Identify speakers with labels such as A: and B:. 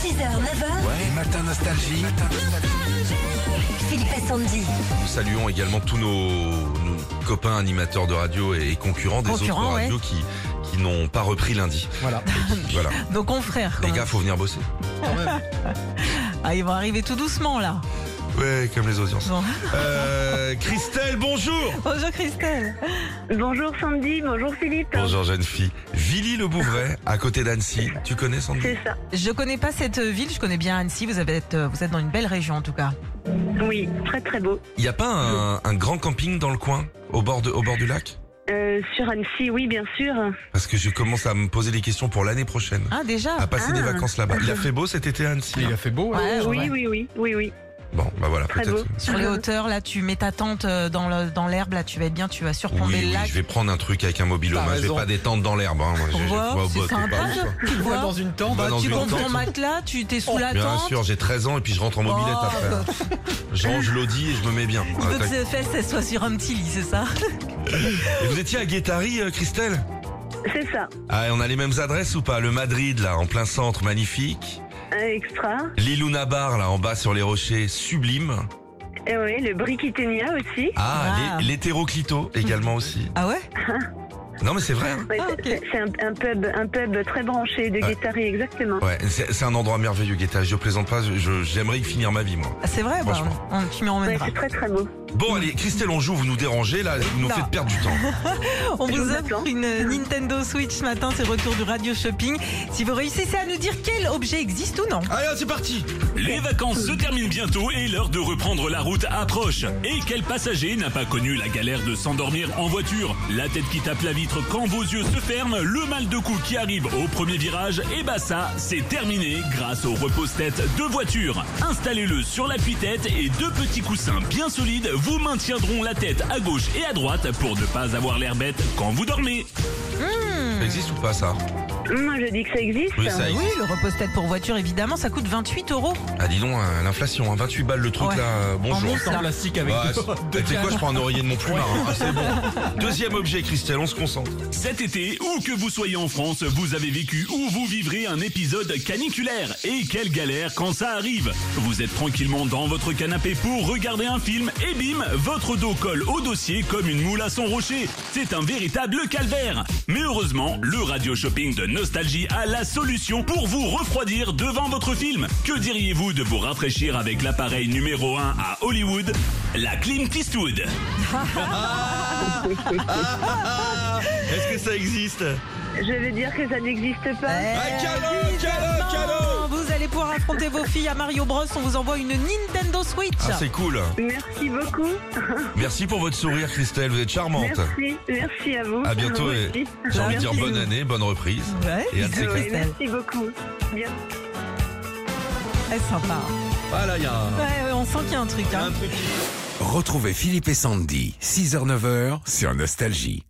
A: 6h, 9h,
B: Les matins nostalgie.
A: Philippe et Sandy.
C: Nous saluons également tous nos, nos copains animateurs de radio et, et concurrents des
D: Concurrents,
C: autres
D: ouais.
C: radios qui, qui n'ont pas repris lundi.
B: Voilà.
C: Voilà.
D: Nos confrères.
C: Les
D: quoi.
C: gars, faut venir bosser.
D: Ah, ils vont arriver tout doucement là.
C: Ouais, comme les audiences.
D: Bon.
C: Euh, Christelle, bonjour
D: Bonjour Christelle.
E: Bonjour Sandy, bonjour Philippe.
C: Bonjour jeune fille. Villy-le-Bouvray, à côté d'Annecy. Tu connais Sandy
E: C'est ça.
D: Je connais pas cette euh, ville, je connais bien Annecy. Vous êtes, euh, vous êtes dans une belle région en tout cas.
E: Oui, très très beau.
C: Il n'y a pas un, un grand camping dans le coin, au bord, de- au bord du lac
E: Euh, sur Annecy, oui, bien sûr. Euh,
C: Parce que je commence à me poser des questions pour l'année prochaine.
D: Ah déjà.
C: À passer
E: Ah.
C: des vacances là-bas. Il a fait beau cet été à Annecy.
B: Il a fait beau. hein.
C: Ah,
D: Ouais,
E: oui,
D: ouais.
E: oui, oui, oui, oui.
C: Bon, bah voilà,
E: Très
C: peut-être.
E: beau.
D: Sur les hauteurs là, tu mets ta tente euh, dans le- dans l'herbe là, tu vas être bien, tu vas
C: Oui,
D: surplomber
C: oui,
D: le lac.
C: je vais prendre un truc avec un mobile
B: T'as
C: home. Je vais
B: raison.
C: pas détendre dans l'herbe. Hein. Moi, je- je-
D: Wow,
C: moi, au
D: c'est
C: botte,
D: sympa,
C: pas ouf,
D: je-
C: quoi.
D: Tu
B: Tu vois,
D: vois,
B: dans une tente.
C: Bah, dans
D: tu
C: une
D: comptes
C: tente. Oh,
D: ton matelas, tu t'es sous la
C: Bien
D: tente.
C: sûr, j'ai 13 ans et puis je rentre en mobilette
D: Oh.
C: après. Je range l'audi et je me mets bien.
D: Il veut que
C: Attaque.
D: ses fesses elles soient sur un petit lit, c'est ça
C: Et vous étiez à Guétari, euh, Christelle
E: C'est ça.
C: Ah, et on a les mêmes adresses ou pas Le Madrid, là, en plein centre, magnifique.
E: Euh, extra.
C: L'Iluna Bar, là, en bas sur les rochers, sublime.
E: Et oui, le Briquitenia aussi.
C: Ah,
D: Ah.
C: les- l'hétéroclito également aussi.
D: Ah ouais
C: Non, mais c'est vrai. hein.
E: Ouais,
D: Ah,
E: c'est- C'est un, un pub, un pub très branché de
C: Ah.
E: Guétari, exactement.
C: Ouais, c'est c'est un endroit merveilleux, Guétari. Je plaisante pas, je- je- j'aimerais y finir ma vie, moi.
D: Ah, C'est vrai, bah,
C: Franchement.
D: on- tu m'y
E: Ouais,
D: emmèneras.
E: c'est très très beau.
C: Bon, allez, Christelle, on joue, vous nous dérangez, là, vous nous
D: Non.
C: faites perdre du temps.
D: On
E: Je
D: vous
E: vous
D: offre
E: attends.
D: une euh, Nintendo Switch ce matin, c'est le retour du Radio Shopping. Si vous réussissez à nous dire quel objet existe ou
C: Ah
D: non.
B: Allez, c'est parti.
F: Les vacances se terminent bientôt et l'heure de reprendre la route approche. Et quel passager n'a pas connu la galère de s'endormir en voiture La tête qui tape la vitre quand vos yeux se ferment, le mal de cou qui arrive au premier virage, et bah ça, c'est terminé grâce au repose-tête de voiture. Installez-le sur l'appui-tête et deux petits coussins bien solides vous maintiendront la tête à gauche et à droite pour ne pas avoir l'air bête quand vous dormez.
C: Ça existe ou pas, ça
E: Moi, je dis que ça existe.
C: Oui, ça existe.
D: Oui, le repose-tête pour voiture, évidemment, ça coûte 28 euros.
C: Ah, dis donc, euh, l'inflation, hein, 28 balles le truc,
D: Ouais.
C: là, euh, bonjour.
D: En
B: C'est en plastique avec
C: Ouais,
B: deux-
C: c'est-
B: deux
C: tu sais quoi,
B: cannes.
C: je prends un oreiller de mon plumard. hein. Ah, c'est bon. Deuxième objet, Christelle, on se concentre.
F: Cet été, où que vous soyez en France, vous avez vécu ou vous vivrez un épisode caniculaire. Et quelle galère quand ça arrive Vous êtes tranquillement dans votre canapé pour regarder un film et bim, votre dos colle au dossier comme une moule à son rocher. C'est un véritable calvaire. Mais heureusement, le radio shopping de Nostalgie a la solution pour vous refroidir devant votre film. Que diriez-vous de vous rafraîchir avec l'appareil numéro 1 à Hollywood La Clint Eastwood.
C: Est-ce que ça existe
E: Je vais dire que ça n'existe
C: Ah,
E: pas.
D: Eh, évidemment, Vous allez pouvoir affronter vos filles à Mario Bros. On vous envoie une Nintendo Switch.
C: Ah, c'est cool.
E: Merci beaucoup.
C: Merci pour votre sourire, Christelle, vous êtes charmante.
E: Merci. Merci à vous.
C: À bientôt
E: Vous
C: et-
E: aussi.
C: J'ai envie de dire
E: Merci.
C: bonne année, bonne reprise.
D: Ouais,
C: Et à de
D: bisous,
C: ces
E: Oui,
D: Christelle.
E: merci beaucoup. Bien.
D: Eh, sympa.
B: Ah là, il y a un-
D: Ouais, ouais, on sent qu'il y a un truc. hein.
B: un truc qui.
G: Retrouvez Philippe et Sandy, 6h-9h sur Nostalgie.